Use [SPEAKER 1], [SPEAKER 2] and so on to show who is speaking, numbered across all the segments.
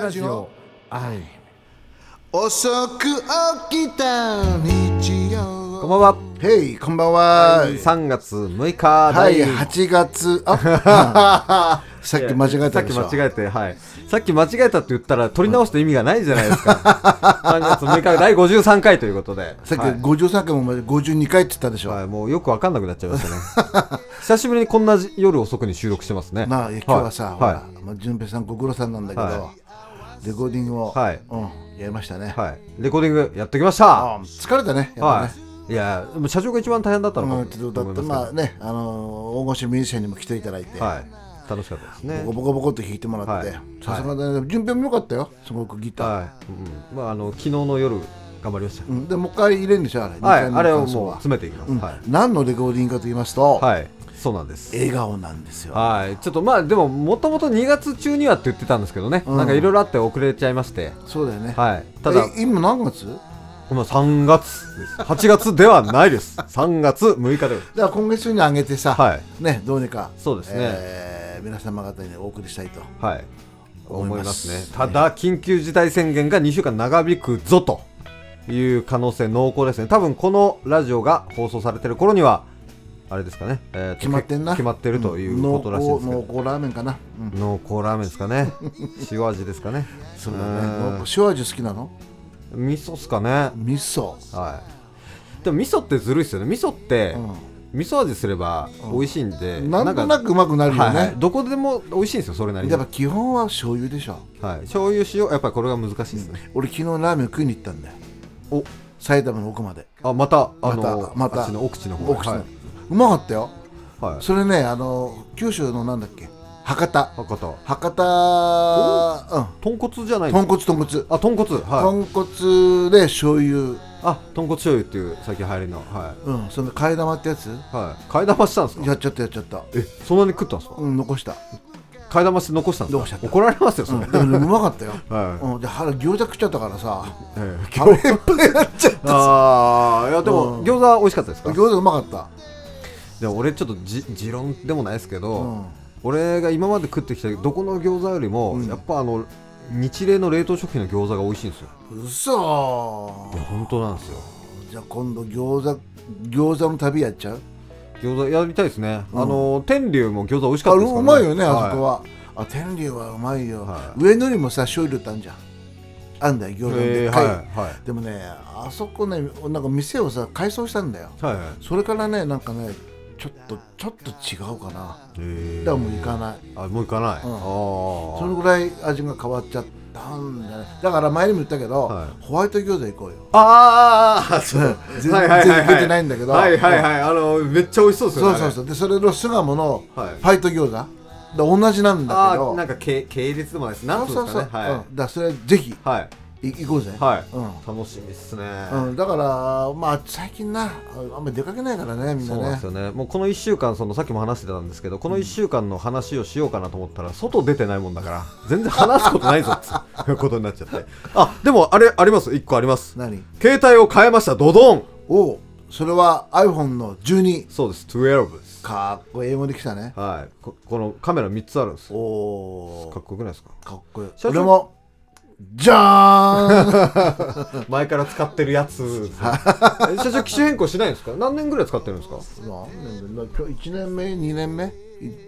[SPEAKER 1] ラジオ
[SPEAKER 2] はい
[SPEAKER 1] 遅く起きた日曜
[SPEAKER 2] こんばんは
[SPEAKER 1] へいこんばんは
[SPEAKER 2] 3月6日
[SPEAKER 1] はい
[SPEAKER 2] 第
[SPEAKER 1] 8月あ さっき間違えたでしょ
[SPEAKER 2] さっき間違えてはいさっき間違えたって言ったら取り直した意味がないじゃないです か3月6日第53回ということで
[SPEAKER 1] さっき
[SPEAKER 2] はい
[SPEAKER 1] 53回もまで52回って言ったでしょ、
[SPEAKER 2] はい、もうよくわかんなくなっちゃいました ね久しぶりにこんな夜遅くに収録してますね
[SPEAKER 1] まあ今日はさ、ほら、
[SPEAKER 2] は
[SPEAKER 1] まあ、順平さんご苦労さんなんだけど、
[SPEAKER 2] は
[SPEAKER 1] レコーディングを、
[SPEAKER 2] はい
[SPEAKER 1] うん、やりましたね、
[SPEAKER 2] い、はい、レコーディングやってきました
[SPEAKER 1] あ疲れたねやっぱ
[SPEAKER 2] は
[SPEAKER 1] ね、
[SPEAKER 2] いいやでも社長が一番大変だったのか
[SPEAKER 1] う
[SPEAKER 2] も
[SPEAKER 1] ん、ちょっとだって
[SPEAKER 2] と思い
[SPEAKER 1] まあ
[SPEAKER 2] ます
[SPEAKER 1] ね、あのー大御所ミュージシャンにも来ていただいて、
[SPEAKER 2] けどはい楽しかったですね
[SPEAKER 1] ボコボコボコっと弾いてもらって、
[SPEAKER 2] はい
[SPEAKER 1] さすがだね、順平も良かったよ、すごくギター。
[SPEAKER 2] はい、うん、まああの昨日の夜頑張りました
[SPEAKER 1] うん、でもう一回入れるんでしょ、あれ、
[SPEAKER 2] はい
[SPEAKER 1] 二回目の
[SPEAKER 2] あれを
[SPEAKER 1] 感想
[SPEAKER 2] もう
[SPEAKER 1] は
[SPEAKER 2] 詰めていきます、
[SPEAKER 1] うん
[SPEAKER 2] はい、
[SPEAKER 1] 何のレコーディングかと言いますと、
[SPEAKER 2] はい、そうなんです
[SPEAKER 1] 笑顔なんですよ。
[SPEAKER 2] はいちょっとまあでももともと2月中にはって言ってたんですけどね、
[SPEAKER 1] うん
[SPEAKER 2] なんかいろいろあって遅れちゃいまして
[SPEAKER 1] そうだよね。
[SPEAKER 2] はいただ
[SPEAKER 1] え今何月だか
[SPEAKER 2] 今3月です8月ではないです3月6日でございま
[SPEAKER 1] ら今月中に上げてさ、
[SPEAKER 2] すはい
[SPEAKER 1] ね、どうにか、
[SPEAKER 2] そうですね
[SPEAKER 1] えー皆様方にお送りしたいと。
[SPEAKER 2] はい
[SPEAKER 1] 思
[SPEAKER 2] 思
[SPEAKER 1] い
[SPEAKER 2] い
[SPEAKER 1] ます
[SPEAKER 2] ますねただ緊急事態宣言が2週間長引くぞという可能性濃厚ですね多分このラジオが放送されてる頃にはあれですかね、えーと
[SPEAKER 1] 決まってんな。
[SPEAKER 2] 決まってるということらしいですけ
[SPEAKER 1] 濃
[SPEAKER 2] ど
[SPEAKER 1] 厚濃厚ラーメンかな。うん
[SPEAKER 2] 濃厚ラーメンですか ね塩味ですかね
[SPEAKER 1] そうだね
[SPEAKER 2] うん。
[SPEAKER 1] 濃厚塩味好きなの
[SPEAKER 2] 味噌っすかね
[SPEAKER 1] 味噌。
[SPEAKER 2] はいでも味噌ってずるいっすよね味噌って、味噌味すれば美味しいんで、
[SPEAKER 1] なんとな
[SPEAKER 2] く
[SPEAKER 1] くうまくなるよ
[SPEAKER 2] はいはい、
[SPEAKER 1] ね。
[SPEAKER 2] どこでも美味しいんですよそれなりに、
[SPEAKER 1] やっ
[SPEAKER 2] はい
[SPEAKER 1] ぱ、基本は醤油でしょ。
[SPEAKER 2] 醤油塩やっぱりこれが難しいですね、
[SPEAKER 1] 俺昨日ラーメン食いに行ったんだよ。
[SPEAKER 2] お
[SPEAKER 1] 埼玉の奥まで。
[SPEAKER 2] あまたあ
[SPEAKER 1] また
[SPEAKER 2] の
[SPEAKER 1] また
[SPEAKER 2] あっちの奥地の方
[SPEAKER 1] 奥地の
[SPEAKER 2] はいう
[SPEAKER 1] まかったよ。
[SPEAKER 2] はい、
[SPEAKER 1] それね、あの、九州のなんだっけ博多。
[SPEAKER 2] 博多
[SPEAKER 1] 博多、うん。
[SPEAKER 2] 豚骨じゃない
[SPEAKER 1] 豚骨豚骨。
[SPEAKER 2] あ豚骨はい
[SPEAKER 1] 豚骨で醤油、
[SPEAKER 2] あ豚骨醤油っていう最近流行りのは
[SPEAKER 1] うん、その替え玉ってやつ
[SPEAKER 2] いはい替え玉したんですか
[SPEAKER 1] やっちゃったやっちゃった。
[SPEAKER 2] えそんなに食ったんですか
[SPEAKER 1] うん、残した。
[SPEAKER 2] 替え玉して残したん
[SPEAKER 1] 残
[SPEAKER 2] で
[SPEAKER 1] し
[SPEAKER 2] す
[SPEAKER 1] ちゃっ
[SPEAKER 2] か
[SPEAKER 1] た
[SPEAKER 2] 怒られますよ
[SPEAKER 1] う
[SPEAKER 2] そ
[SPEAKER 1] ん、
[SPEAKER 2] れ、
[SPEAKER 1] でもねうまかったよ。
[SPEAKER 2] はい
[SPEAKER 1] うん、で腹餃子食っちゃったからさ、
[SPEAKER 2] え え
[SPEAKER 1] 食れっぱになっちゃった。
[SPEAKER 2] ああいやで
[SPEAKER 1] う
[SPEAKER 2] も
[SPEAKER 1] ん
[SPEAKER 2] 餃子美味しかったですか
[SPEAKER 1] 餃子うまかった。
[SPEAKER 2] でも俺ちょっとじ持論でもないですけ ど、
[SPEAKER 1] うん
[SPEAKER 2] 俺が今まで食ってきたどこの餃子よりも、
[SPEAKER 1] うん
[SPEAKER 2] やっぱあの日例の冷凍食品の餃子が美味しいんですよ
[SPEAKER 1] うそ
[SPEAKER 2] いや本当なんですよ
[SPEAKER 1] じゃあ今度餃子餃子の旅やっちゃう
[SPEAKER 2] 餃子やりたいですね、
[SPEAKER 1] うん
[SPEAKER 2] あの天竜も餃子美味しか
[SPEAKER 1] あ
[SPEAKER 2] った
[SPEAKER 1] れ
[SPEAKER 2] ですから、
[SPEAKER 1] うまいよねあそこ
[SPEAKER 2] は
[SPEAKER 1] は、あ天竜はうまいよ、
[SPEAKER 2] は
[SPEAKER 1] 上野にもさ醤油ってあんじゃんあんだよ餃子ので
[SPEAKER 2] え
[SPEAKER 1] っ
[SPEAKER 2] ー
[SPEAKER 1] か、
[SPEAKER 2] はいいはい
[SPEAKER 1] でもねあそこねなんか店をさ改装したんだよ
[SPEAKER 2] はいはい
[SPEAKER 1] それからねなんかねちょっとちょっと違うかな
[SPEAKER 2] えー
[SPEAKER 1] だからもう行かない
[SPEAKER 2] あもう行かない、
[SPEAKER 1] うん
[SPEAKER 2] ああ
[SPEAKER 1] それぐらい味が変わっちゃったんだねだから前にも言ったけど、
[SPEAKER 2] は
[SPEAKER 1] ホワイト餃子行こうよ
[SPEAKER 2] あーあーあーそう
[SPEAKER 1] 全然
[SPEAKER 2] はいはいはいはい
[SPEAKER 1] 出てないんだけど
[SPEAKER 2] はいはいはいあのめっちゃ美味しそうですよ
[SPEAKER 1] そ
[SPEAKER 2] ね
[SPEAKER 1] うそう
[SPEAKER 2] う
[SPEAKER 1] そうでそれの巣鴨のフ
[SPEAKER 2] はい
[SPEAKER 1] ァイト餃子、だ同じなん
[SPEAKER 2] あ
[SPEAKER 1] だけ
[SPEAKER 2] れあ
[SPEAKER 1] ど
[SPEAKER 2] ーなんか系系列でもないですなんつうんですかねはい、
[SPEAKER 1] うん、だからそれぜひ
[SPEAKER 2] はい
[SPEAKER 1] い行こうぜ、
[SPEAKER 2] はい、
[SPEAKER 1] う
[SPEAKER 2] 楽しみっすね、
[SPEAKER 1] んうん、だからまあ最近なあんまり出かけないからねみんな
[SPEAKER 2] そうなん
[SPEAKER 1] ね
[SPEAKER 2] ですよねもうこの1週間そのさっきも話してたんですけどこの1週間の話をしようかなと思ったら外出てないもんだから全然話すことないぞっていうことになっちゃってあでもあれあります1個あります
[SPEAKER 1] 何
[SPEAKER 2] 携帯を変えましたドドン
[SPEAKER 1] おうそれは iPhone の12
[SPEAKER 2] そうです12です
[SPEAKER 1] かっこいい英語できたね
[SPEAKER 2] はいここのカメラ3つあるんです
[SPEAKER 1] お
[SPEAKER 2] か
[SPEAKER 1] お
[SPEAKER 2] っこよくないですか
[SPEAKER 1] かっこいい
[SPEAKER 2] 社長
[SPEAKER 1] 俺もじ ゃーん
[SPEAKER 2] 前から使ってるやつ え社長機種変更しないんですか何年ぐらい使ってるんですか
[SPEAKER 1] 何年だ1年目2年目2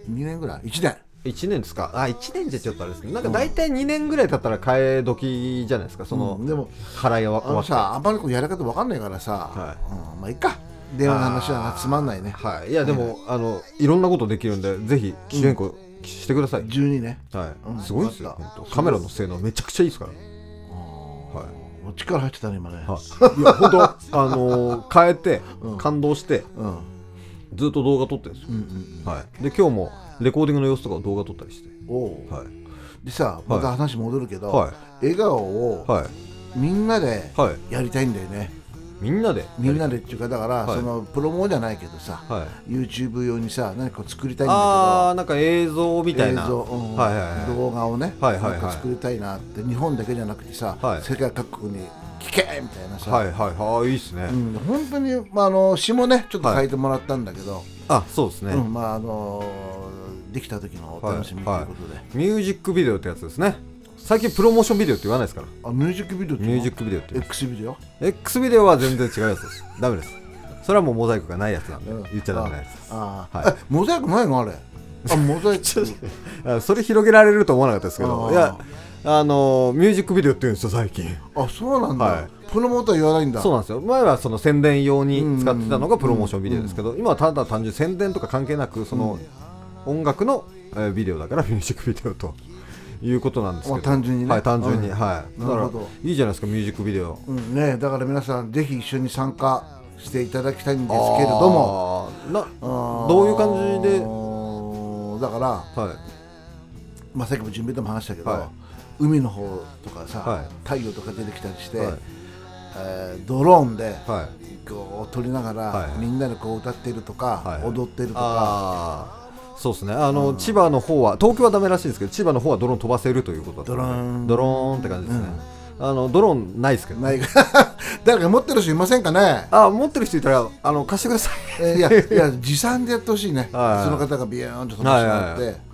[SPEAKER 1] 年ぐらい1年
[SPEAKER 2] 1年ですかあ1年じゃちょっとあれですねなんか大体2年ぐらい経ったら替え時じゃないですかその
[SPEAKER 1] うんでも
[SPEAKER 2] 払いが
[SPEAKER 1] あ
[SPEAKER 2] 終わ
[SPEAKER 1] の
[SPEAKER 2] った
[SPEAKER 1] さあんまりこうやり方わかんないからさ、
[SPEAKER 2] は
[SPEAKER 1] うん、まあいいか電話の話はなつまんないね
[SPEAKER 2] はい、いやでも、い、あのいろんなことできるんでぜひ機種変更してください、
[SPEAKER 1] 12ね
[SPEAKER 2] はい、
[SPEAKER 1] うん
[SPEAKER 2] すごいですよ
[SPEAKER 1] わかった
[SPEAKER 2] 本当カメラの性能めちゃくちゃいいですからはい
[SPEAKER 1] お力入ってたね今ね、
[SPEAKER 2] はい、いや本当あのー変えて、
[SPEAKER 1] うん
[SPEAKER 2] 感動して
[SPEAKER 1] うん
[SPEAKER 2] ずっと動画撮ってるんですよ
[SPEAKER 1] う、んうん
[SPEAKER 2] はい、で今日もレコーディングの様子とかを動画撮ったりして
[SPEAKER 1] おおう、
[SPEAKER 2] はい
[SPEAKER 1] でさまた話戻るけど、
[SPEAKER 2] は
[SPEAKER 1] 笑顔を
[SPEAKER 2] いはい
[SPEAKER 1] みんなで
[SPEAKER 2] はい
[SPEAKER 1] やりたいんだよね、
[SPEAKER 2] みんなで
[SPEAKER 1] みんなでっていうかだから、
[SPEAKER 2] はい
[SPEAKER 1] そのプロモじゃないけどさ、
[SPEAKER 2] はい
[SPEAKER 1] YouTube 用にさ何か作りたいん
[SPEAKER 2] あ
[SPEAKER 1] だ
[SPEAKER 2] あなんか映像み
[SPEAKER 1] けど
[SPEAKER 2] たい
[SPEAKER 1] 映
[SPEAKER 2] な
[SPEAKER 1] 像、うん
[SPEAKER 2] はいはいはい
[SPEAKER 1] 動画をね、
[SPEAKER 2] はいはいはい
[SPEAKER 1] なんか作りたいなって日本だけじゃなくてさ、
[SPEAKER 2] はい
[SPEAKER 1] 世界各国に聞けみたいなさ、
[SPEAKER 2] はいはいはいいいっすね、
[SPEAKER 1] うん、本当に、まあ、あの詩もねちょっと書いてもらったんだけど、
[SPEAKER 2] あそうですね、
[SPEAKER 1] うんまああのできた時のお楽しみということで、
[SPEAKER 2] ミュージックビデオってやつですね最近プロモーションビデオって言わないですから
[SPEAKER 1] あミュージックビデオっていうの
[SPEAKER 2] ミュージックビデオって言いま
[SPEAKER 1] X ビデオ
[SPEAKER 2] す X ビデオは全然違うやつですダメですそれはもうモザイクがないやつなんで言っちゃダメなやつです
[SPEAKER 1] ああ、
[SPEAKER 2] はい
[SPEAKER 1] えモザイクないのあれあ モザイク
[SPEAKER 2] あそれ広げられると思わなかったですけど
[SPEAKER 1] あー
[SPEAKER 2] いやあのーミュージックビデオって言うんですよ最近
[SPEAKER 1] あそうなんだ、
[SPEAKER 2] はい
[SPEAKER 1] プロモーター言わないんだ
[SPEAKER 2] そうなんですよ前はその宣伝用に使ってたのがプロモーションビデオですけど、今はただ単純に宣伝とか関係なくその音楽のえービデオだから ミュージックビデオということなんですけど、
[SPEAKER 1] まあ単純にね
[SPEAKER 2] はい単純に、
[SPEAKER 1] うん
[SPEAKER 2] はいだか
[SPEAKER 1] なる
[SPEAKER 2] ら
[SPEAKER 1] ほど
[SPEAKER 2] いいじゃないですかミュージックビデオ
[SPEAKER 1] うんね、だから皆さんぜひ一緒に参加していただきたいんですけれども
[SPEAKER 2] あーな
[SPEAKER 1] あー
[SPEAKER 2] どういう感じで
[SPEAKER 1] だから、
[SPEAKER 2] はい
[SPEAKER 1] まあ、さっきも準備でも話したけど、
[SPEAKER 2] はい
[SPEAKER 1] 海の方とかさ、
[SPEAKER 2] はい
[SPEAKER 1] 太陽とか出てきたりして、
[SPEAKER 2] はい
[SPEAKER 1] えードローンで、
[SPEAKER 2] はい
[SPEAKER 1] こう撮りながら、
[SPEAKER 2] はいはい
[SPEAKER 1] みんなでこう歌ってるとか、
[SPEAKER 2] はい
[SPEAKER 1] 踊ってるとか
[SPEAKER 2] あーそうですねあの、千葉の方は東京はダメらしいんですけど千葉の方はドローン飛ばせるということだったので
[SPEAKER 1] ドロ
[SPEAKER 2] ドローン
[SPEAKER 1] ーン
[SPEAKER 2] って感じですね、あのドローンないですけど、
[SPEAKER 1] ない 誰か持ってる人いませんかね
[SPEAKER 2] あ持ってる人いたらあの貸してください
[SPEAKER 1] えーいやいや持参でやってほしいね、
[SPEAKER 2] はい
[SPEAKER 1] その方がビューンと飛ばしてもらって、
[SPEAKER 2] はいは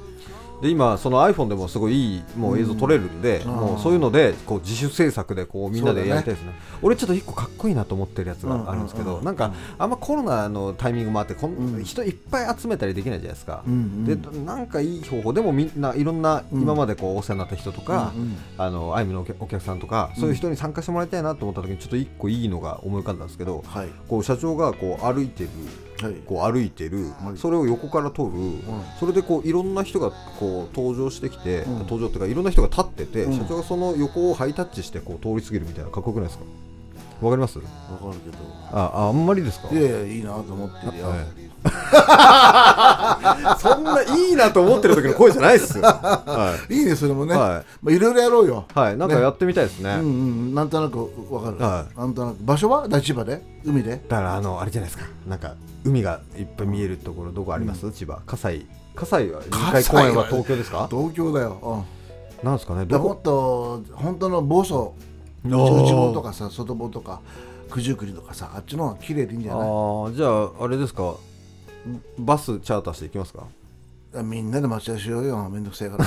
[SPEAKER 2] で今その iPhone でもすごいいいもう映像撮れるんで、もうそういうのでこう自主制作でこうみんなでやりたいですね俺ちょっと一個かっこいいなと思ってるやつがあるんですけど、なんかあんまコロナのタイミングもあってこん、人いっぱい集めたりできないじゃないですか、
[SPEAKER 1] ん
[SPEAKER 2] でなんかいい方法でもみんないろんな今までこうお世話になった人とか、あのアイムのお客お客さんとかそういう人に参加してもらいたいなと思った時にちょっと一個いいのが思い浮かんだんですけど、
[SPEAKER 1] はい
[SPEAKER 2] こう社長がこう歩いてる
[SPEAKER 1] はい
[SPEAKER 2] こう歩いてる、
[SPEAKER 1] はい
[SPEAKER 2] それを横から撮る、それでこういろんな人がこう登場してきて、登場っていうかいろんな人が立ってて、社長がその横をハイタッチしてこう通り過ぎるみたいなかっこよくないですかわかります
[SPEAKER 1] わかるけど
[SPEAKER 2] あああんまりですか
[SPEAKER 1] いやいやいいなと思ってるよ、、
[SPEAKER 2] はいそんないいなと思ってる時の声じゃないっ すよ、はい
[SPEAKER 1] いねそれもね、
[SPEAKER 2] はい
[SPEAKER 1] まあ、いろいろやろうよ
[SPEAKER 2] いはい、なんか
[SPEAKER 1] ね
[SPEAKER 2] やってみたいですね
[SPEAKER 1] うんうん、なんとなくわかる、
[SPEAKER 2] は
[SPEAKER 1] なんとなく場所は大千葉で海で
[SPEAKER 2] だからあのあれじゃないですかなんか海がいっぱい見えるところどこあります、千葉葛西葛西は臨海公園は東京ですか
[SPEAKER 1] 東京だよ、うん、
[SPEAKER 2] なんですかねど
[SPEAKER 1] だからも
[SPEAKER 2] こ
[SPEAKER 1] っと本当の房総
[SPEAKER 2] あ
[SPEAKER 1] 内
[SPEAKER 2] ー
[SPEAKER 1] 房とかさ外房とか九十九里とかさあっちの方が綺麗でいいんじゃない
[SPEAKER 2] ああじゃああれですかバスチャーターしていきますか
[SPEAKER 1] みんなで待ち合わせしようよめんどくせえから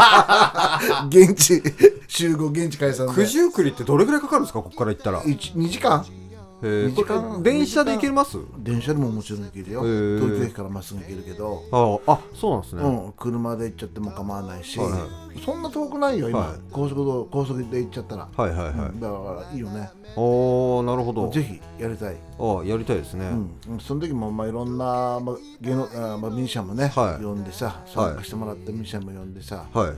[SPEAKER 1] 現地集合現地解散で
[SPEAKER 2] 九十九里ってどれぐらいかかるんですかここから行ったらへ
[SPEAKER 1] 2時間
[SPEAKER 2] え
[SPEAKER 1] 二時間
[SPEAKER 2] これ電車で行けます
[SPEAKER 1] 電車でももちろん行けるよ
[SPEAKER 2] へえ
[SPEAKER 1] 東京駅からまっすぐ行けるけど
[SPEAKER 2] あーあそうなんですね、
[SPEAKER 1] うん、車で行っちゃっても構わないし、
[SPEAKER 2] はいは
[SPEAKER 1] そんな遠くないよ今、
[SPEAKER 2] はい
[SPEAKER 1] 高速道高速で行っちゃったら、
[SPEAKER 2] はいはいはい、
[SPEAKER 1] うんだからいいよね
[SPEAKER 2] おーなるほど
[SPEAKER 1] ぜひやりたい、
[SPEAKER 2] ああやりたいですね、
[SPEAKER 1] うん、その時もまあいろんな、まあ、芸能あまあミュージシャンもね、
[SPEAKER 2] はい
[SPEAKER 1] 呼んでさ参加してもらってミュージシャンも呼んでさ、
[SPEAKER 2] はい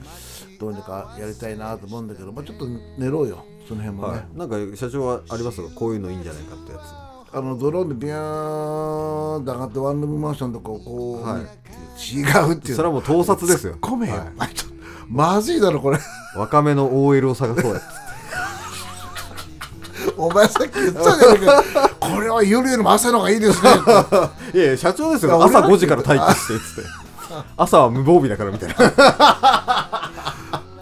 [SPEAKER 1] どうにかやりたいなと思うんだけど、まあ、ちょっと寝ろうよその辺もね、
[SPEAKER 2] はい、なんか社長はありますかこういうのいいんじゃないかってや
[SPEAKER 1] あのドローンでビューンと上がってワンルームマンションとかをこう、
[SPEAKER 2] はい
[SPEAKER 1] 違うってい
[SPEAKER 2] つ
[SPEAKER 1] う
[SPEAKER 2] それはもう盗撮ですよ
[SPEAKER 1] ごめんよ、
[SPEAKER 2] は
[SPEAKER 1] お前ちょっとまずいだろこれ
[SPEAKER 2] い若めの OL を探そうやつ
[SPEAKER 1] お前さっき言ってたじゃないかこれは夜よりも朝の方がいいですね
[SPEAKER 2] いやいや社長です
[SPEAKER 1] いや
[SPEAKER 2] よ
[SPEAKER 1] 俺
[SPEAKER 2] 朝
[SPEAKER 1] は
[SPEAKER 2] 5時から待機してっつ って朝は無防備だからみたいな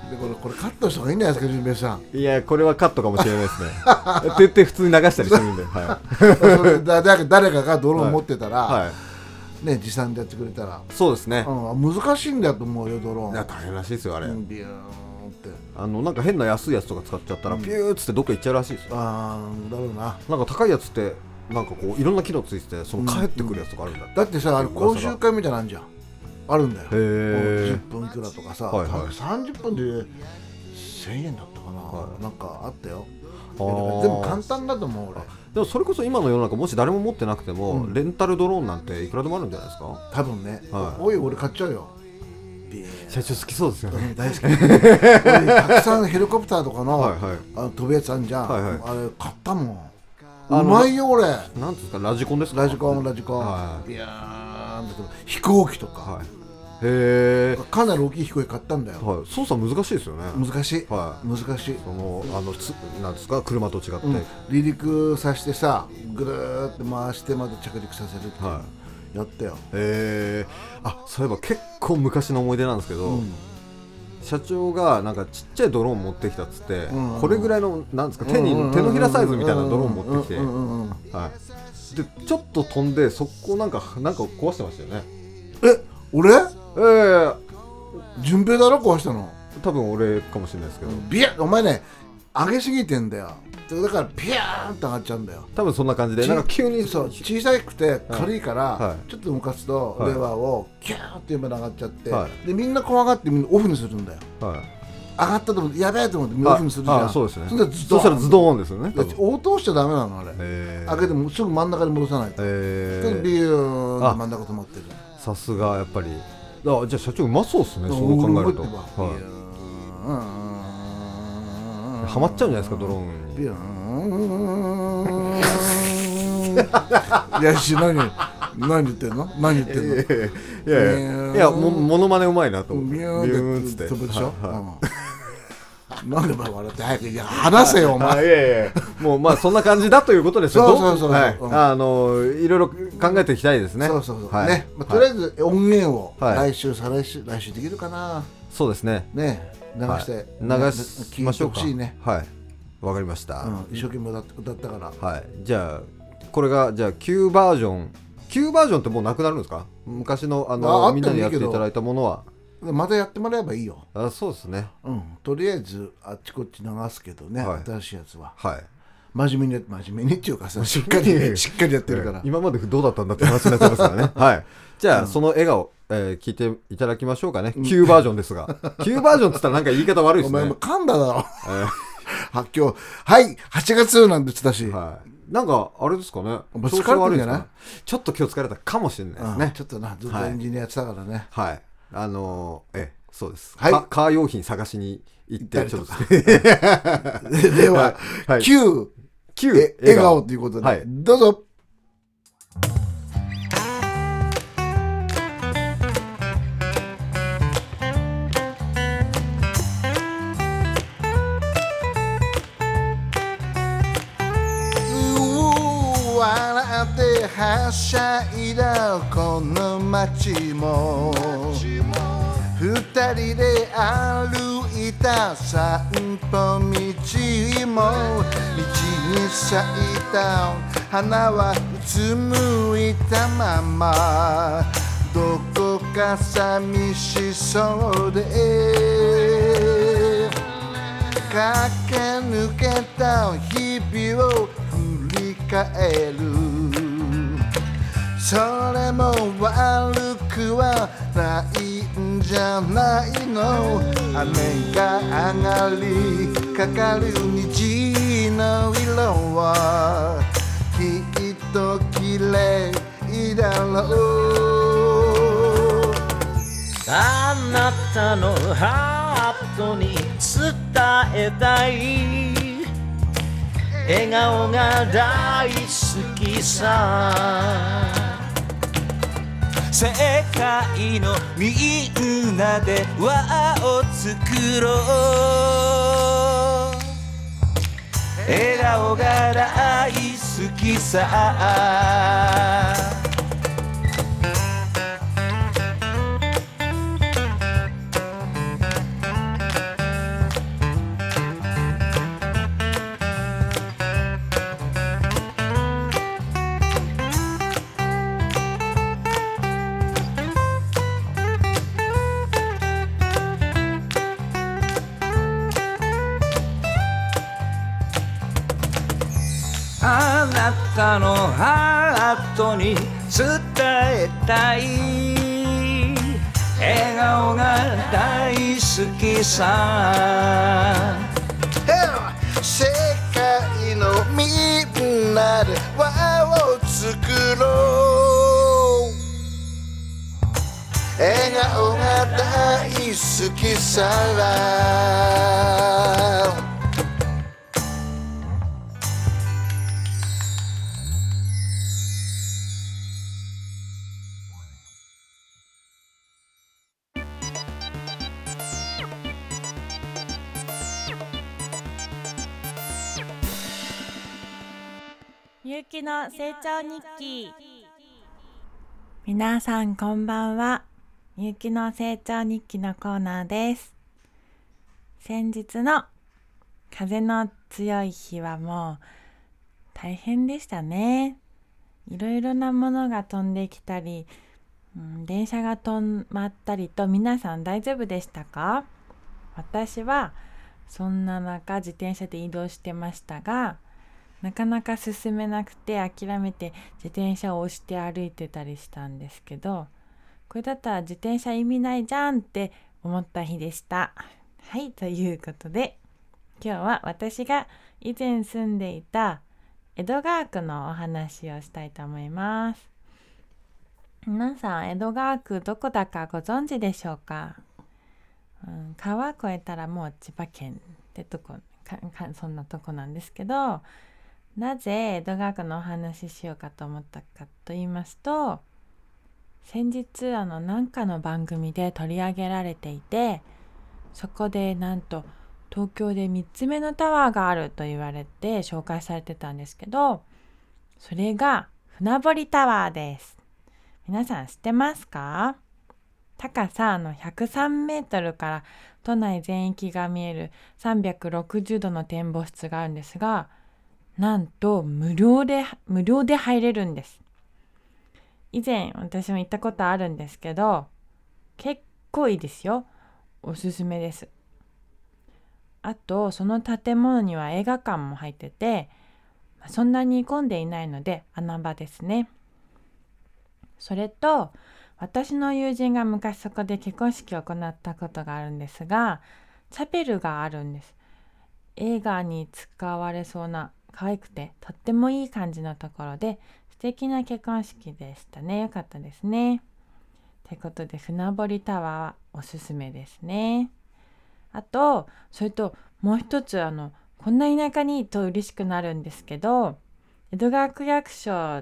[SPEAKER 1] でこれこれカットした方がいいんじゃないですか純平さん
[SPEAKER 2] いやこれはカットかもしれないです ねって言って普通に流したりしてるんで、は
[SPEAKER 1] それだだ誰かがドローン持ってたら、
[SPEAKER 2] いはい、
[SPEAKER 1] ね持参でやってくれたら、
[SPEAKER 2] そうですね、
[SPEAKER 1] うん、難しいんだと思うよドロ
[SPEAKER 2] いや
[SPEAKER 1] ー
[SPEAKER 2] 大変らしいですよあれ、
[SPEAKER 1] ンビューンって
[SPEAKER 2] あのなんか変な安いやつとか使っちゃったら、ピューっつってどっか行っちゃうらしいですよ
[SPEAKER 1] あーだろうな
[SPEAKER 2] なんか高いやつってなんかこういろんな機能ついててその帰ってくるやつとかあるんだって、
[SPEAKER 1] だってさあれ講習会みたいなのあんじゃんあるんだよ
[SPEAKER 2] へー
[SPEAKER 1] 10分いくらとかさ、
[SPEAKER 2] はいはい
[SPEAKER 1] 30分で1000円だったかな、
[SPEAKER 2] はい
[SPEAKER 1] なんかあったよ
[SPEAKER 2] あ
[SPEAKER 1] で
[SPEAKER 2] ー
[SPEAKER 1] も簡単だと思う俺
[SPEAKER 2] でもそれこそ今の世の中もし誰も持ってなくても、レンタルドローンなんていくらでもあるんじゃないですか
[SPEAKER 1] 多分ね、
[SPEAKER 2] はい
[SPEAKER 1] おい俺買っちゃうよビーン
[SPEAKER 2] 社長好きそうですよね
[SPEAKER 1] 大好き俺たくさんヘリコプターとかの,、
[SPEAKER 2] はいはい
[SPEAKER 1] あの飛ぶやつあんじゃん、
[SPEAKER 2] はいはい
[SPEAKER 1] あれ買ったもん
[SPEAKER 2] の
[SPEAKER 1] うまいよ俺
[SPEAKER 2] なんていうんですかラジコンですか
[SPEAKER 1] ラジコンラジコン、
[SPEAKER 2] はい
[SPEAKER 1] ビヤーンって飛行機とか、
[SPEAKER 2] はいへえ、
[SPEAKER 1] かなり大きい飛行機買ったんだよ、
[SPEAKER 2] はい、操作難しいですよね
[SPEAKER 1] 難しい、
[SPEAKER 2] はい
[SPEAKER 1] 難しい、
[SPEAKER 2] そのあのつなんですか車と違って、
[SPEAKER 1] うん離陸させてさぐるーって回してまた着陸させるっていう、
[SPEAKER 2] は
[SPEAKER 1] やったよ
[SPEAKER 2] えー、あそういえば結構昔の思い出なんですけど、社長がなんかちっちゃいドローン持ってきたっつって、
[SPEAKER 1] んうん
[SPEAKER 2] これぐらいのなんですか手に手のひらサイズみたいなドローン持ってきて、
[SPEAKER 1] うんうんうんうん
[SPEAKER 2] はい、でちょっと飛んでそこなんかなんか壊してましたよね
[SPEAKER 1] え俺
[SPEAKER 2] ええ
[SPEAKER 1] 順平だろ壊したの
[SPEAKER 2] 多分俺かもしれないですけど、
[SPEAKER 1] ビヤッお前ね上げすぎてんだよだからピヤーンと上がっちゃうんだよ
[SPEAKER 2] 多分そんな感じで
[SPEAKER 1] ち
[SPEAKER 2] なんか急に
[SPEAKER 1] そう小さくて軽いから、
[SPEAKER 2] は
[SPEAKER 1] ちょっと動かすと、
[SPEAKER 2] はい
[SPEAKER 1] レバーをキャーって今上がっちゃって、
[SPEAKER 2] は
[SPEAKER 1] でみんな怖がってみんなオフにするんだよ
[SPEAKER 2] はい
[SPEAKER 1] 上がったと思ってやべえと思ってみんなオフにするじゃ
[SPEAKER 2] あ
[SPEAKER 1] ん
[SPEAKER 2] あそうですね
[SPEAKER 1] そんな
[SPEAKER 2] そしたらズドーンですよね多分
[SPEAKER 1] 応答しちゃダメなのあれ
[SPEAKER 2] え
[SPEAKER 1] 開けてもすぐ真ん中に戻さないと、
[SPEAKER 2] え
[SPEAKER 1] ちょっとビューンと真ん中止まってる
[SPEAKER 2] さすがやっぱりあじゃあ社長うまそうですねそう考えるとは
[SPEAKER 1] はい
[SPEAKER 2] ハマっちゃうんじゃないですかドローン
[SPEAKER 1] ビ
[SPEAKER 2] に
[SPEAKER 1] ューン いやし何何言ってんの何言ってんの
[SPEAKER 2] いやいやいやもモノマネうまいなと思って
[SPEAKER 1] ビ
[SPEAKER 2] ビュ
[SPEAKER 1] ュー
[SPEAKER 2] ー
[SPEAKER 1] ン
[SPEAKER 2] ン
[SPEAKER 1] っ
[SPEAKER 2] っ
[SPEAKER 1] つ
[SPEAKER 2] つ
[SPEAKER 1] っ
[SPEAKER 2] ってて
[SPEAKER 1] 飛ぶでしょ、
[SPEAKER 2] はいはい
[SPEAKER 1] うんなんでお前笑って早くいや話せよお
[SPEAKER 2] あ
[SPEAKER 1] 前
[SPEAKER 2] いやいやもうまあそんな感じだということですよ
[SPEAKER 1] そうそうそうそう
[SPEAKER 2] はい
[SPEAKER 1] うん
[SPEAKER 2] あのいろいろ考えていきたいですね
[SPEAKER 1] そうそうそう、
[SPEAKER 2] はい
[SPEAKER 1] ね、まあ、
[SPEAKER 2] は
[SPEAKER 1] と
[SPEAKER 2] い
[SPEAKER 1] りあえず音源を
[SPEAKER 2] はい
[SPEAKER 1] 来週、再来週来週できるかな
[SPEAKER 2] そうですね
[SPEAKER 1] ね流して、
[SPEAKER 2] はい流しましょうか
[SPEAKER 1] 聞いてほしいね、
[SPEAKER 2] はいわかりました
[SPEAKER 1] うん、一生懸命歌った歌ったから
[SPEAKER 2] はい、じゃあこれがじゃあ旧バージョン旧バージョンってもうなくなるんですか昔のあの
[SPEAKER 1] ああってもい
[SPEAKER 2] み
[SPEAKER 1] い
[SPEAKER 2] んなでやってい
[SPEAKER 1] けど
[SPEAKER 2] ただいたものは
[SPEAKER 1] でまたやってもらえばいいよ、
[SPEAKER 2] あそうですね
[SPEAKER 1] うん、とりあえずあっちこっち流すけどね、
[SPEAKER 2] はい
[SPEAKER 1] 新しいやつは
[SPEAKER 2] はい
[SPEAKER 1] 真面目に真面目にっていう かさしっかりしっかりやってるから、
[SPEAKER 2] 今までどうだったんだって話になっちゃいますから ねはいじゃあ、その笑顔、えー聞いていただきましょうかね旧バージョンですが 旧バージョンっつったらなんか言い方悪いで
[SPEAKER 1] お
[SPEAKER 2] す
[SPEAKER 1] 前
[SPEAKER 2] ね
[SPEAKER 1] も噛んだだろ発狂はい8月なんて言ってたし、
[SPEAKER 2] はいなんかあれですかね
[SPEAKER 1] お前
[SPEAKER 2] 調子が悪
[SPEAKER 1] 疲れて
[SPEAKER 2] い
[SPEAKER 1] んじ
[SPEAKER 2] で
[SPEAKER 1] ゃ
[SPEAKER 2] す
[SPEAKER 1] ない
[SPEAKER 2] かちょっと今日疲れたかもしれないです
[SPEAKER 1] うん
[SPEAKER 2] ね、
[SPEAKER 1] ちょっとなずっとエンジニアやってたからね、
[SPEAKER 2] はい。あのー、ええ、そうです。
[SPEAKER 1] はい
[SPEAKER 2] かカー用品探しに行って、ちょ っと。
[SPEAKER 1] では、
[SPEAKER 2] はい
[SPEAKER 1] 旧
[SPEAKER 2] 旧
[SPEAKER 1] え笑顔ということで、
[SPEAKER 2] はい
[SPEAKER 1] どうぞ笑ってはしゃいだこの街も二人で歩いた散歩道も道に咲いた花はうつむいたままどこか寂しそうで駆け抜けた日々を振り返るそれも悪くはないんじゃないの雨が上がりかかる虹の色はきっと綺麗だろう
[SPEAKER 3] あなたのハートに伝えたい笑顔が大好きさ世界のみんなで輪を作ろう笑顔が大好きさあなたのハートに伝えたい笑顔が大好きさ
[SPEAKER 1] 世界のみんなで輪を作ろう笑顔が大好きさ
[SPEAKER 4] みゆきの成長日記皆さんこんばんはみゆきの成長日記のコーナーです先日の風の強い日はもう大変でしたねいろいろなものが飛んできたり、うん電車が止まったりと皆さん大丈夫でしたか私はそんな中自転車で移動してましたがなかなか進めなくて諦めて自転車を押して歩いてたりしたんですけどこれだったら自転車意味ないじゃんって思った日でした。はいということで今日は私が以前住んでいた江戸川区のお話をしたいと思います。皆さん江戸川区どこだかご存知でしょうか、うん、川越えたらもう千葉県ってとこかかそんなとこなんですけどなぜ江戸川区のお話ししようかと思ったかと言いますと先日あの何かの番組で取り上げられていてそこでなんと東京で3つ目のタワーがあると言われて紹介されてたんですけどそれが船堀タワーです皆さん知ってますか高さあの103メートルから都内全域が見える360度の展望室があるんですがなんと無料で無料で入れるんです以前私も行ったことあるんですけど結構いいですよおすすめですあとその建物には映画館も入っててまあそんなに混んでいないので穴場ですねそれと私の友人が昔そこで結婚式を行ったことがあるんですがチャペルがあるんです映画に使われそうな可愛くてとってもいい感じのところで素敵な結婚式でしたねよかったですねということで船堀タワーはおすすめですねあとそれともう一つあのこんな田舎にと嬉しくなるんですけど江戸川区役所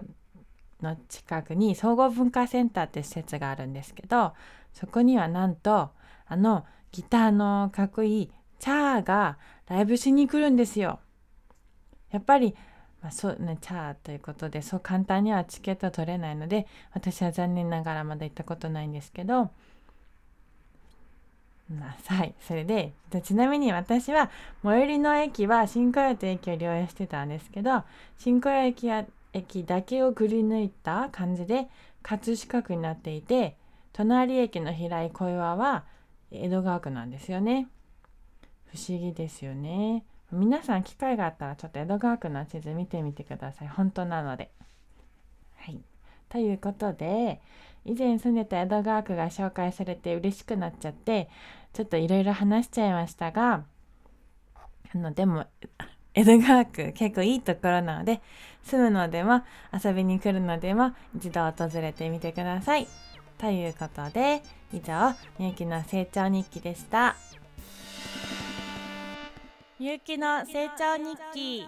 [SPEAKER 4] の近くに総合文化センターって施設があるんですけどそこにはなんとあのギターのかっこいいチャーがライブしに来るんですよ。やっぱり、まあそうね、チャーということでそう簡単にはチケット取れないので私は残念ながらまだ行ったことないんですけど。なさいそれででちなみに私は最寄りの駅は新小岩という駅を利用してたんですけど新小岩駅や駅だけをくり抜いた感じで葛飾区になっていて隣駅の平井小岩は江戸川区なんですよね不思議ですよね皆さん機会があったらちょっと江戸川区の地図見てみてください本当なのではいということで以前住んでた江戸川区が紹介されて嬉しくなっちゃってちょっといろいろ話しちゃいましたがあのでも江戸川区結構いいところなので住むのでも遊びに来るのでも一度訪れてみてください。ということで以上みゆきの成長日記でした。みゆきの成長日記。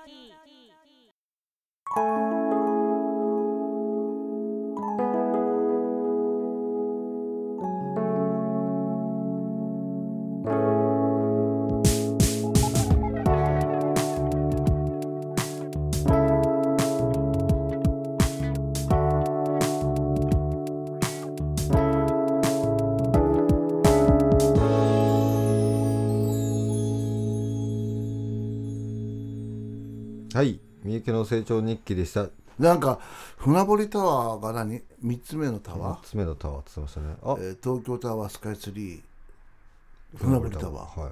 [SPEAKER 2] はいみゆきの成長日記でした
[SPEAKER 1] なんか船堀タワーが何3つ目のタワ
[SPEAKER 2] 3つ目のタワーって言ってましたねあ
[SPEAKER 1] ー、えー東京タワースカイツリー船堀タワー
[SPEAKER 2] はい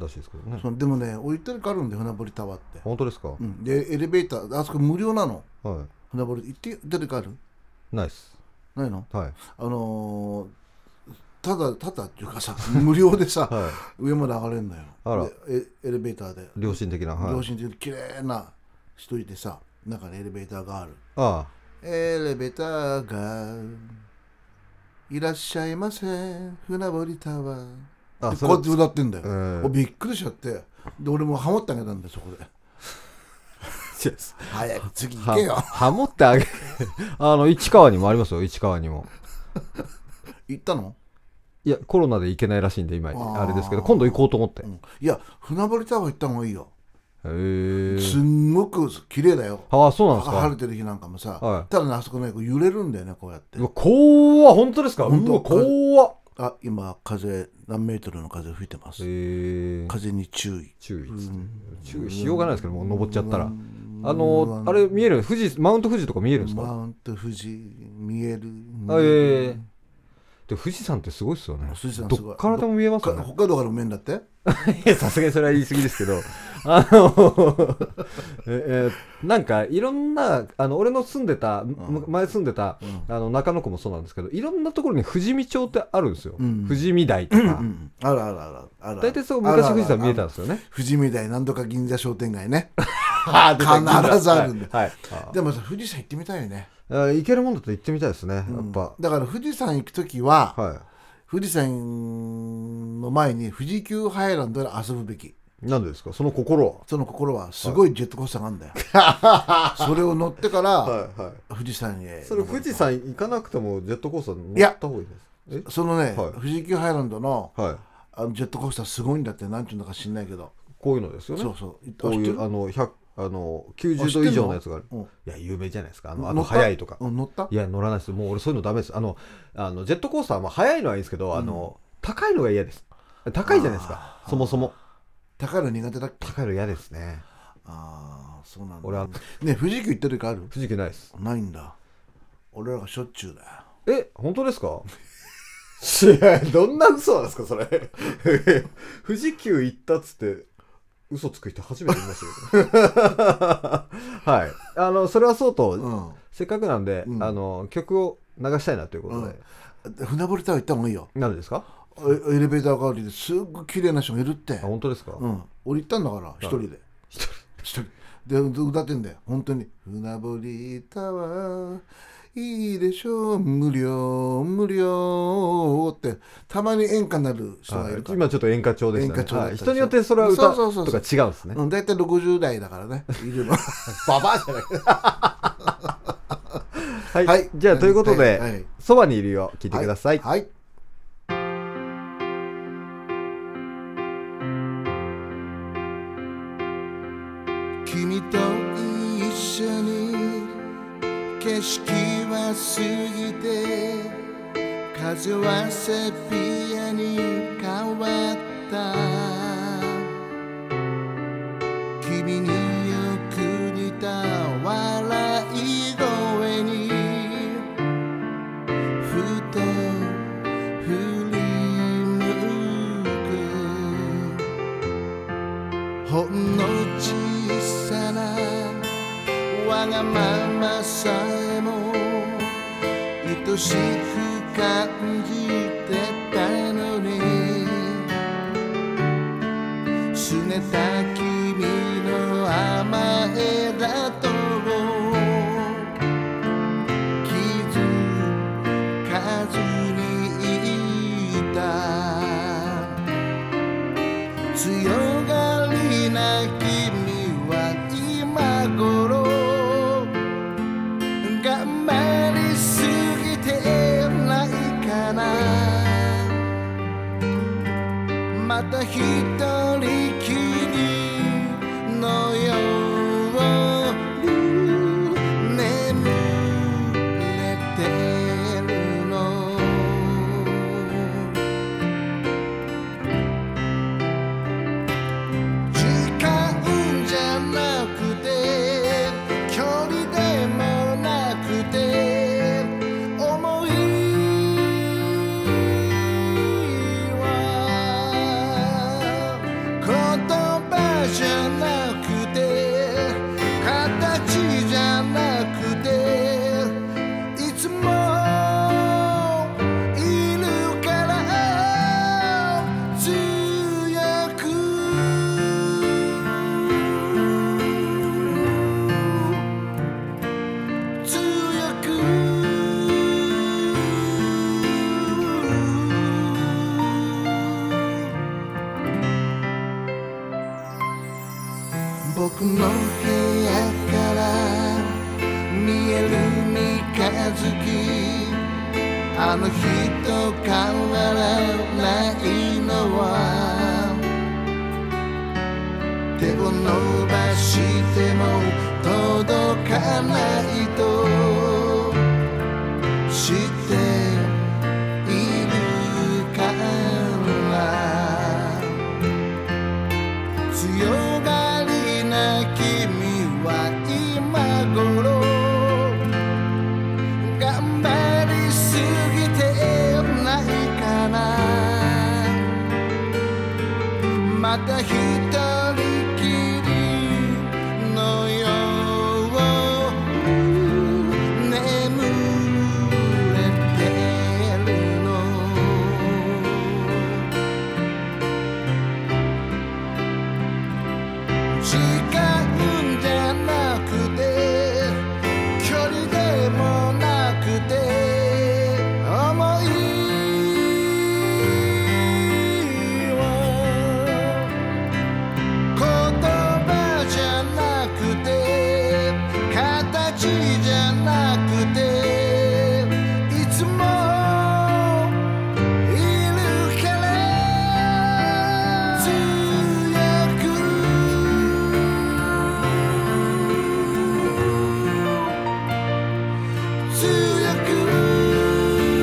[SPEAKER 2] らしいですけどね
[SPEAKER 1] そのでもね俺行ったりあるんで船堀タワーって、
[SPEAKER 2] 本当ですか、
[SPEAKER 1] うん、でエレベーターあそこ無料なの
[SPEAKER 2] は
[SPEAKER 1] 船堀行って出てかある
[SPEAKER 2] いナイス
[SPEAKER 1] ないの
[SPEAKER 2] はい
[SPEAKER 1] あのーただただっていうか さ無料でさ、
[SPEAKER 2] は
[SPEAKER 1] 上まで上がれるのよ
[SPEAKER 2] あら
[SPEAKER 1] でエエレベーターで
[SPEAKER 2] い良心的なはい
[SPEAKER 1] 両親的に綺麗な人いてさ中にエレベーターがある
[SPEAKER 2] あ
[SPEAKER 1] エレベーターがいらっしゃいませ船堀タワー
[SPEAKER 2] あ
[SPEAKER 1] で
[SPEAKER 2] そ
[SPEAKER 1] こ
[SPEAKER 2] れ
[SPEAKER 1] うやって歌ってんだよ、
[SPEAKER 2] うん
[SPEAKER 1] おびっくりしちゃってで俺もハモってあげたんだよそこで
[SPEAKER 2] あ
[SPEAKER 1] 早く次 行け
[SPEAKER 2] は
[SPEAKER 1] よ
[SPEAKER 2] ハモってあげ あの市川にもありますよ市川にも
[SPEAKER 1] 行ったの、
[SPEAKER 2] いやコロナで行けないらしいんで今
[SPEAKER 1] ー
[SPEAKER 2] あれですけど今度行こうと思って、
[SPEAKER 1] うんいや船堀タワー行った方がいいよ
[SPEAKER 2] へ
[SPEAKER 1] す
[SPEAKER 2] え
[SPEAKER 1] んごく綺麗だよ
[SPEAKER 2] ああそうなんです
[SPEAKER 1] 晴れ
[SPEAKER 2] か
[SPEAKER 1] てる日なんかもさ、
[SPEAKER 2] はい
[SPEAKER 1] ただねあそこねこう揺れるんだよねこうやって
[SPEAKER 2] うわ怖っ本当ですかう
[SPEAKER 1] 本当
[SPEAKER 2] わ怖っ
[SPEAKER 1] あ今風何メートルの風吹いてます、
[SPEAKER 2] へえ
[SPEAKER 1] 風に注意
[SPEAKER 2] 注意っつって注意しようがないですけどもう登っちゃったらあ
[SPEAKER 1] う
[SPEAKER 2] の
[SPEAKER 1] わ
[SPEAKER 2] あれ見える富士マウント富士とか見えるんですか、
[SPEAKER 1] マウント富士見える
[SPEAKER 2] あええで富士山ってすごいですよね
[SPEAKER 1] 富士山すご
[SPEAKER 2] ど
[SPEAKER 1] い
[SPEAKER 2] っからでも見えますよ
[SPEAKER 1] か
[SPEAKER 2] ね
[SPEAKER 1] 北海道からも見えるんだって
[SPEAKER 2] いやさすがにそれは言い過ぎですけどあのええなんかいろんなあの俺の住んでた、む前住んでた、あの中野区もそうなんですけどいろんなところに富士見町ってあるんですよ、
[SPEAKER 5] うん
[SPEAKER 2] 富士見台とか、
[SPEAKER 5] うんあるあるあるある
[SPEAKER 2] 大体そう昔富士山見えたん
[SPEAKER 5] あるある
[SPEAKER 2] ですよ
[SPEAKER 5] ある
[SPEAKER 2] ね
[SPEAKER 5] 富士見台なんとか銀座商店街ね
[SPEAKER 2] あ
[SPEAKER 5] 出た銀座必ずあるんだ
[SPEAKER 2] はい、はい
[SPEAKER 5] でもさ富士山行ってみたいよね
[SPEAKER 2] あ行けるもんだと行ってみたいですね、やっぱ
[SPEAKER 5] だから富士山行く時は、
[SPEAKER 2] は
[SPEAKER 5] 富士山の前に富士急ハイランドで遊ぶべき
[SPEAKER 2] いなんでですかその心は
[SPEAKER 5] その心はすごいジェットコースターがあるんだよ、それを乗ってから、
[SPEAKER 2] はいはい
[SPEAKER 5] 富士山へ
[SPEAKER 2] それ富士山行かなくてもジェットコースター
[SPEAKER 5] い
[SPEAKER 2] 乗
[SPEAKER 5] や
[SPEAKER 2] った方がいいです
[SPEAKER 5] そのね、
[SPEAKER 2] はい
[SPEAKER 5] 富士急ハイランドの
[SPEAKER 2] えはい
[SPEAKER 5] あのジェットコースターすごいんだってなんていうのか知んないけど、
[SPEAKER 2] こういうのですよね
[SPEAKER 5] そうそう
[SPEAKER 2] こういうあの100あの90度以上のやつがある
[SPEAKER 5] うん
[SPEAKER 2] いや有名じゃないですかあのあ
[SPEAKER 5] 乗
[SPEAKER 2] の
[SPEAKER 5] った
[SPEAKER 2] 速いとか
[SPEAKER 5] うん乗った
[SPEAKER 2] いや乗らないですもう俺そういうのダメですあのあのジェットコースターはまあ速いのはいいんですけど、あの高いのが嫌です高いじゃないですかそもそも
[SPEAKER 5] 高いの苦手だっけ
[SPEAKER 2] 高いの嫌ですね
[SPEAKER 5] ああそうなんだ
[SPEAKER 2] 俺は
[SPEAKER 5] ね富士急行った時ある
[SPEAKER 2] 富士急ないです
[SPEAKER 5] ないんだ俺らがしょっちゅうだよ
[SPEAKER 2] え本当ですかいやどんな嘘なんですかそれ 富士急行ったっつって嘘つく人初めて見ましたけど はいあのそれはそうと、
[SPEAKER 5] う
[SPEAKER 2] せっかくなんで、
[SPEAKER 5] うん
[SPEAKER 2] あの曲を流したいなということで、
[SPEAKER 5] ん船堀タワー行った方がいいよ
[SPEAKER 2] なんでですか
[SPEAKER 5] エエレベーター代わりですっごい綺麗な人がいるって
[SPEAKER 2] あ、本当ですか、
[SPEAKER 5] うん、俺行ったんだから一人で一人で歌ってんだよ本当に「船堀タワーいいでしょう無料無料」ってたまに演歌になる人がい
[SPEAKER 2] はい
[SPEAKER 5] るから
[SPEAKER 2] 今ちょっと演歌調でしたね
[SPEAKER 5] 演歌調だった
[SPEAKER 2] は
[SPEAKER 5] で
[SPEAKER 2] い
[SPEAKER 5] しょ
[SPEAKER 2] 人によってそれは
[SPEAKER 5] そ
[SPEAKER 2] 歌
[SPEAKER 5] うそうそう
[SPEAKER 2] と
[SPEAKER 5] そう
[SPEAKER 2] か違うんですね
[SPEAKER 5] うん、大体60代だからね、いるの。は
[SPEAKER 2] ババアじゃないはい、
[SPEAKER 5] はい
[SPEAKER 2] じゃあということ
[SPEAKER 5] はいはい
[SPEAKER 2] で「そば、にいるよ」聞いてください、
[SPEAKER 5] はい。君と一緒に景色は過ぎて風はセピアに変わった君によく似た笑い声にふと振り向くほんの小さなわがままさえも愛しく感じてたのに拗ねた君の甘えだと気づかずにいた強がりな君は今頃頑張りすぎてないかなまた一人きりのように眠れてるの時間じゃなくて距離でもなくて思いは言葉じゃなくて形じゃなくていつもいるから強く強く僕の部屋から見える三日月あの日と変わらないのは手を伸ばしても届かないと知っているから強がりな君は今頃頑張りすぎてないかなまた一人きりのよう眠れてるの時間じゃなくて距離でもなくて思いを言葉じゃなくて形じゃなくていつもいるから強く強く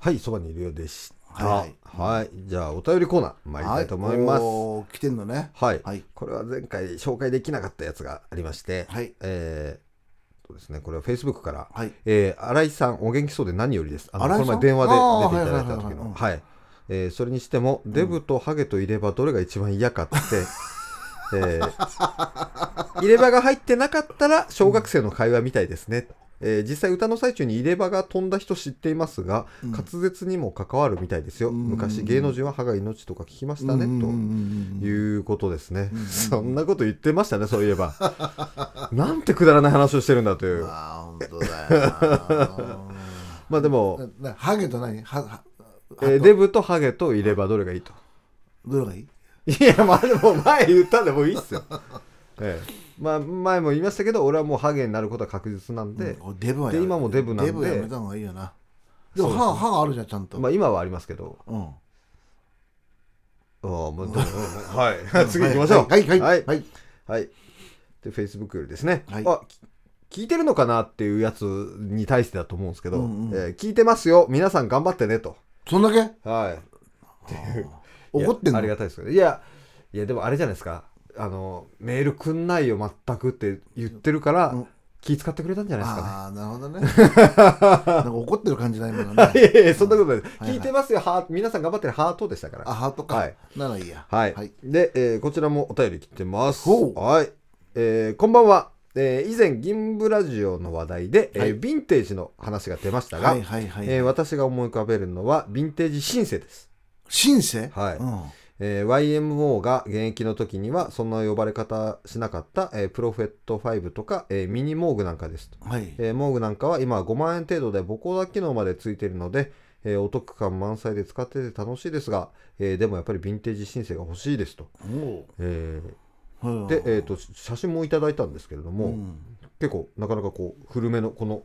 [SPEAKER 2] はい、そばにいるようでした。
[SPEAKER 5] は
[SPEAKER 2] はいい、じゃあお便りコーナー参りたいと思います。
[SPEAKER 5] おー来てんのね
[SPEAKER 2] はい、
[SPEAKER 5] はい
[SPEAKER 2] これは前回紹介できなかったやつがありまして、
[SPEAKER 5] はい
[SPEAKER 2] えーそうですね、これは Facebook から、
[SPEAKER 5] はい
[SPEAKER 2] えー新井さんお元気そうで何よりです。あの
[SPEAKER 5] 新井
[SPEAKER 2] こ
[SPEAKER 5] さん
[SPEAKER 2] の前電話で出ていただい
[SPEAKER 5] あー
[SPEAKER 2] た時
[SPEAKER 5] はいはいはいはいうん
[SPEAKER 2] の、はい、えーそれにしても、デブとハゲと入れ歯どれが一番嫌かって。 えー入れ歯が入ってなかったら小学生の会話みたいですね、えー実際歌の最中に入れ歯が飛んだ人知っていますが、滑舌にも関わるみたいですよ、
[SPEAKER 5] ん
[SPEAKER 2] 昔芸能人は歯が命とか聞きましたね、ということですね、そんなこと言ってましたねそういえば なんてくだらない話をしてるんだという
[SPEAKER 5] ああ本当だよ
[SPEAKER 2] まあでも、
[SPEAKER 5] なな ハゲと何ハハ
[SPEAKER 2] えーデブとハゲと入れ歯どれがいいと
[SPEAKER 5] どれがいい
[SPEAKER 2] いやまあでも前言ったんでもういいっすよ、 ええまあ、前も言いましたけど俺はもうハゲになることは確実なんで、
[SPEAKER 5] うんデブはや
[SPEAKER 2] で今もデブなんで
[SPEAKER 5] デブやめた方がいいよなでも歯歯があるじゃんちゃんと、
[SPEAKER 2] まあ今はありますけど
[SPEAKER 5] うん
[SPEAKER 2] ああ、もうどうぞ はい。 次行きましょう。
[SPEAKER 5] はいはいは
[SPEAKER 2] はいい。
[SPEAKER 5] はい
[SPEAKER 2] はいで、Facebook よりですね。
[SPEAKER 5] はい
[SPEAKER 2] あき聞いてるのかなっていうやつに対してだと思うんですけど、
[SPEAKER 5] うんうん
[SPEAKER 2] えー聞いてますよ。皆さん頑張ってねと。
[SPEAKER 5] そんだけ
[SPEAKER 2] はい。
[SPEAKER 5] 怒っ
[SPEAKER 2] い
[SPEAKER 5] てん
[SPEAKER 2] や
[SPEAKER 5] の
[SPEAKER 2] ありがたいですけど。いや、いや、でもあれじゃないですか。あの、メールくんないよ、全くって言ってるから、
[SPEAKER 5] うん
[SPEAKER 2] 気使ってくれたんじゃないですかね。
[SPEAKER 5] ああなるほど ねなんか怒ってる感じないもんね
[SPEAKER 2] いやいや、そんなことないです。
[SPEAKER 5] はいは
[SPEAKER 2] 聞
[SPEAKER 5] い
[SPEAKER 2] いてますよ、ハート。皆さん頑張ってるハートでしたから。
[SPEAKER 5] あハートか、
[SPEAKER 2] はい
[SPEAKER 5] ならいいや
[SPEAKER 2] はい、
[SPEAKER 5] はい
[SPEAKER 2] で、えーこちらもお便り来てます。
[SPEAKER 5] ほう
[SPEAKER 2] はい、えーこんばんは。えー以前銀ブラジオの話題で、えー
[SPEAKER 5] はい
[SPEAKER 2] ヴィンテージの話が出ましたが、
[SPEAKER 5] はいはいはい
[SPEAKER 2] えー私が思い浮かべるのはヴィンテージシンセです。
[SPEAKER 5] シンセ
[SPEAKER 2] はい
[SPEAKER 5] うん
[SPEAKER 2] えー YMO が現役の時にはそんな呼ばれ方しなかった、えープロフェット5とか、えーミニモーグなんかですと、
[SPEAKER 5] はい
[SPEAKER 2] えーモーグなんかは今は5万円程度で母コダ機能までついているので、えーお得感満載で使ってて楽しいですが、えーでもやっぱりヴィンテージシンセが欲しいですと、
[SPEAKER 5] お
[SPEAKER 2] えー
[SPEAKER 5] お
[SPEAKER 2] で、えー、とし写真もいただいたんですけれども、結構なかなかこう古めのこの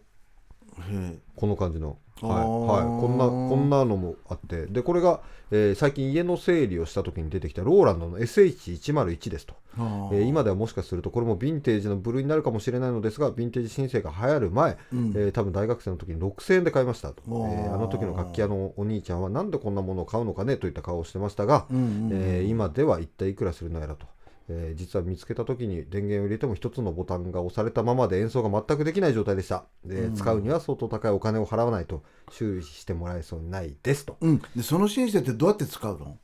[SPEAKER 2] この感じの、はい
[SPEAKER 5] あー
[SPEAKER 2] はい、こんなこんなのもあってでこれが、えー最近家の整理をした時に出てきたローランドの SH101 ですと、えー今ではもしかするとこれもヴィンテージの部類になるかもしれないのですがヴィンテージ申請が流行る前、えー多分大学生の時に6000円で買いましたと、え
[SPEAKER 5] おー
[SPEAKER 2] ーあの時の楽器屋のお兄ちゃんはなんでこんなものを買うのかねといった顔をしてましたが、
[SPEAKER 5] うんうん
[SPEAKER 2] えー今では一体いくらするのやらと、えー実は見つけた時に電源を入れても一つのボタンが押されたままで演奏が全くできない状態でした、で使うには相当高いお金を払わないと修理してもらえそうにないですと
[SPEAKER 5] うんでそのシンセってどうやって使うの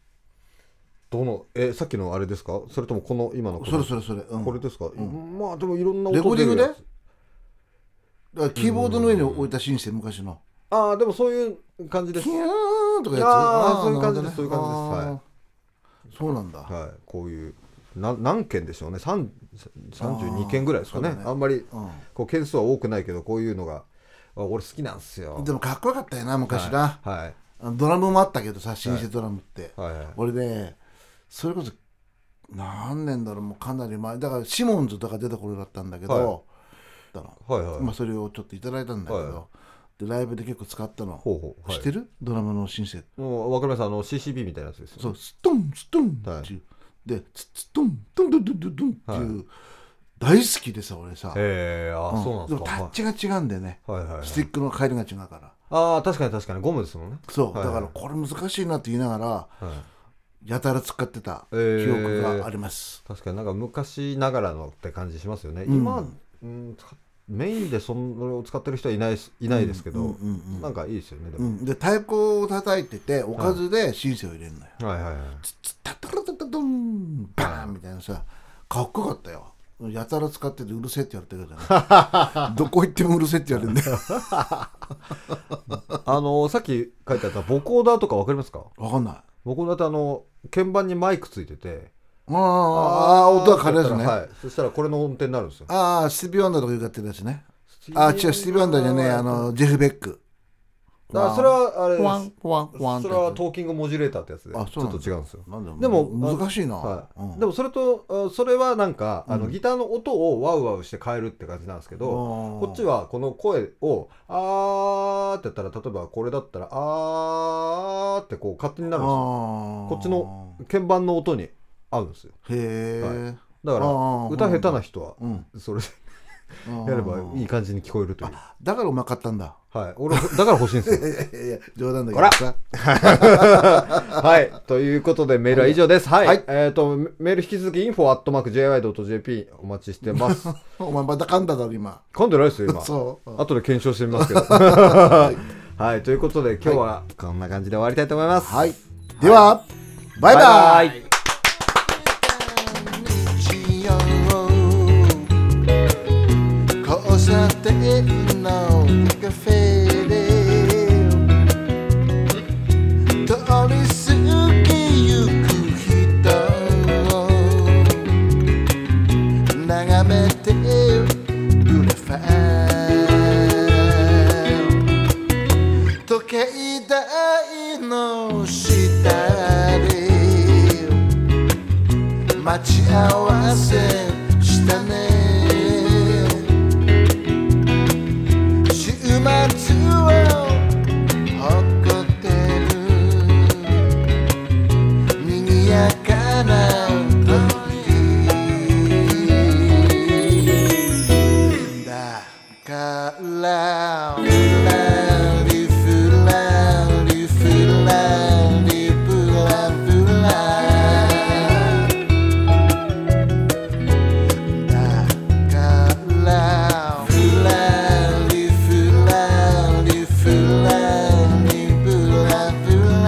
[SPEAKER 2] どの、えーさっきのあれですかそれともこの今のこ
[SPEAKER 5] そ
[SPEAKER 2] の
[SPEAKER 5] れそれそれ、うん、
[SPEAKER 2] これですか、まあでもいろんな
[SPEAKER 5] レコー
[SPEAKER 2] 音
[SPEAKER 5] ディ
[SPEAKER 2] 出る
[SPEAKER 5] ングで
[SPEAKER 2] やつ
[SPEAKER 5] だからキーボードの上に置いたシンセ昔の
[SPEAKER 2] ああでもそういう感じです
[SPEAKER 5] キューンとかやつ
[SPEAKER 2] あーそういう感じ
[SPEAKER 5] なる
[SPEAKER 2] そ
[SPEAKER 5] ほど
[SPEAKER 2] ういう感じです
[SPEAKER 5] あーそうなんだ、
[SPEAKER 2] はい、こういうな何件でしょうねさん32件ぐらいですかね
[SPEAKER 5] あー
[SPEAKER 2] あ
[SPEAKER 5] そうだね
[SPEAKER 2] んまり
[SPEAKER 5] うん
[SPEAKER 2] こう件数は多くないけどこういうのがあ俺好きなんですよ
[SPEAKER 5] でもかっこよかったよな昔な、
[SPEAKER 2] はい、はい
[SPEAKER 5] あのドラムもあったけどさシンセドラムって、
[SPEAKER 2] はいはい
[SPEAKER 5] 俺ねそれこそ何年だろうもうかなり前だからシモンズとか出た頃だったんだけど、
[SPEAKER 2] は
[SPEAKER 5] だろ
[SPEAKER 2] はいはい
[SPEAKER 5] まあ、それをちょっといただいたんだけど、
[SPEAKER 2] は
[SPEAKER 5] でライブで結構使ったの、
[SPEAKER 2] ほうほう、はい、
[SPEAKER 5] 知ってるドラムのシンセ
[SPEAKER 2] もうわかりますあの CCB みたいなやつですよ
[SPEAKER 5] そうストンストン
[SPEAKER 2] はい
[SPEAKER 5] っていう、でツッツットントントントントントンっていう、大好きでさ俺さ、
[SPEAKER 2] へえあ、
[SPEAKER 5] うん
[SPEAKER 2] そうなん
[SPEAKER 5] で
[SPEAKER 2] で
[SPEAKER 5] も
[SPEAKER 2] す
[SPEAKER 5] タ
[SPEAKER 2] か
[SPEAKER 5] ッチが違うんだよね、
[SPEAKER 2] はいはいはい
[SPEAKER 5] スティックの回りが違うから
[SPEAKER 2] ああ確かに確かにゴムですもんね
[SPEAKER 5] そう、
[SPEAKER 2] はいはい
[SPEAKER 5] だからこれ難しいなって言いながら、
[SPEAKER 2] はい
[SPEAKER 5] やたら使ってた
[SPEAKER 2] え
[SPEAKER 5] 記
[SPEAKER 2] ー
[SPEAKER 5] 憶があります、
[SPEAKER 2] 確かになんか昔ながらのって感じしますよね、
[SPEAKER 5] ん
[SPEAKER 2] 今、うん、使っメインでそれを使ってる人はいないですいないですけど、
[SPEAKER 5] うんうんうん
[SPEAKER 2] なんかいいですよねで
[SPEAKER 5] う
[SPEAKER 2] も、
[SPEAKER 5] ん、で太鼓を叩いてておかずでシンセを入れるのよ、
[SPEAKER 2] はいはいはい
[SPEAKER 5] つつタタラタタドンバーンみたいなさかっこよかったよやたら使っててうるせえって言われてるけ どねどこ行ってもうるせえって言われるんだよ
[SPEAKER 2] あのさっき書いてあったボコーダーとかわかりますか
[SPEAKER 5] わかんない
[SPEAKER 2] ボコーダーってあの鍵盤にマイクついてて
[SPEAKER 5] あーあー音は変えるやつね、
[SPEAKER 2] はいそしたらこれの音程になるんですよ
[SPEAKER 5] ああスティービー・ワンダーとかよくやってるやつねああ違うスティービー・ワンダーじゃねえあのジェフ・ベック
[SPEAKER 2] だからそれはあれ
[SPEAKER 5] ワ
[SPEAKER 2] で
[SPEAKER 5] ンワンワン
[SPEAKER 2] すそれはトーキングモジュレーターってやつで
[SPEAKER 5] あ
[SPEAKER 2] ち
[SPEAKER 5] そう
[SPEAKER 2] ょっ
[SPEAKER 5] なんだ
[SPEAKER 2] と違うんですよ
[SPEAKER 5] なんだろう
[SPEAKER 2] でも
[SPEAKER 5] 難しいな、
[SPEAKER 2] はい
[SPEAKER 5] うん
[SPEAKER 2] でもそれとあそれはなんか、あのギターの音をワウワウして変えるって感じなんですけど
[SPEAKER 5] あー
[SPEAKER 2] こっちはこの声を「あー」ってやったら例えばこれだったら「あー」ってこう勝手になるんですよ
[SPEAKER 5] あー
[SPEAKER 2] こっちの鍵盤の音に合うんですよ
[SPEAKER 5] へえ、
[SPEAKER 2] はだか
[SPEAKER 5] あ
[SPEAKER 2] ら
[SPEAKER 5] ー
[SPEAKER 2] 歌下手な人は
[SPEAKER 5] うん
[SPEAKER 2] それで
[SPEAKER 5] うん
[SPEAKER 2] やればいい感じに聞こえるという、
[SPEAKER 5] だからうまかったんだ
[SPEAKER 2] はい、俺だから欲しいんですよ
[SPEAKER 5] いやいやいや冗談だけ
[SPEAKER 2] こら
[SPEAKER 5] どさ
[SPEAKER 2] はい。ということで、メールは以上です。はい。
[SPEAKER 5] はい
[SPEAKER 2] えっ、と、メメール引き続き、info.jy.jp お待ちしてます。
[SPEAKER 5] お前また噛んだだろ今
[SPEAKER 2] 噛んでないです よ、今。
[SPEAKER 5] そう
[SPEAKER 2] 後で検証してみますけ ど。はい。ということで、今日はこんな感じで終わりたいと思います。
[SPEAKER 5] はい。では、バイバイ
[SPEAKER 2] イ。
[SPEAKER 5] 日曜交差点のカフェで通り過ぎゆく人を眺めてグラファン時計台の下で待ち合わせしたね週末を誇ってる賑やかな時だからふらりふらりふらりふらふらだからふらりふらりふらりふらふら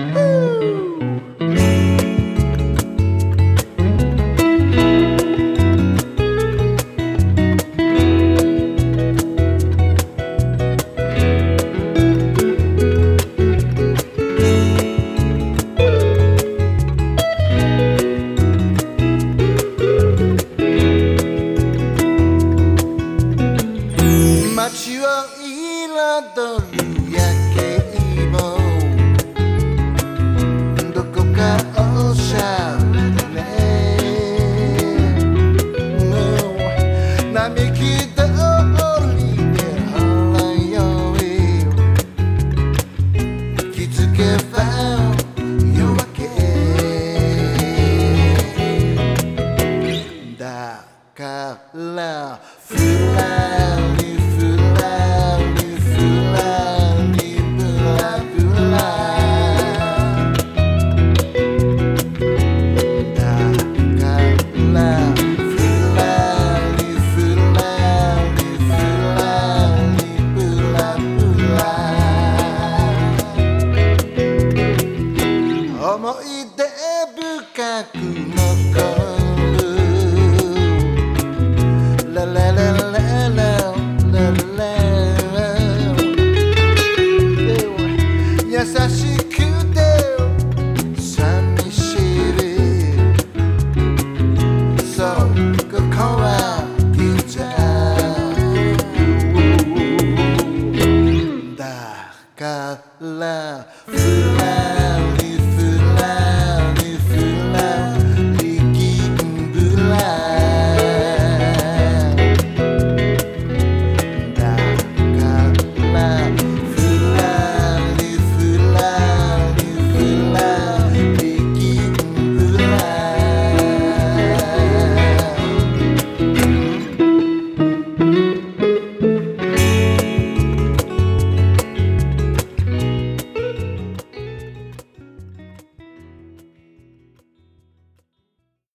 [SPEAKER 5] Yeah!街を彩る夜景もどこかおしゃれねもう並木通りでほらよい気づけば夜明けだからふらりふらりふらりふらふらだからふらりふらりふらりふらふら思い出深く残るラララララララ優しくて寂しいそうここはギターだからふらり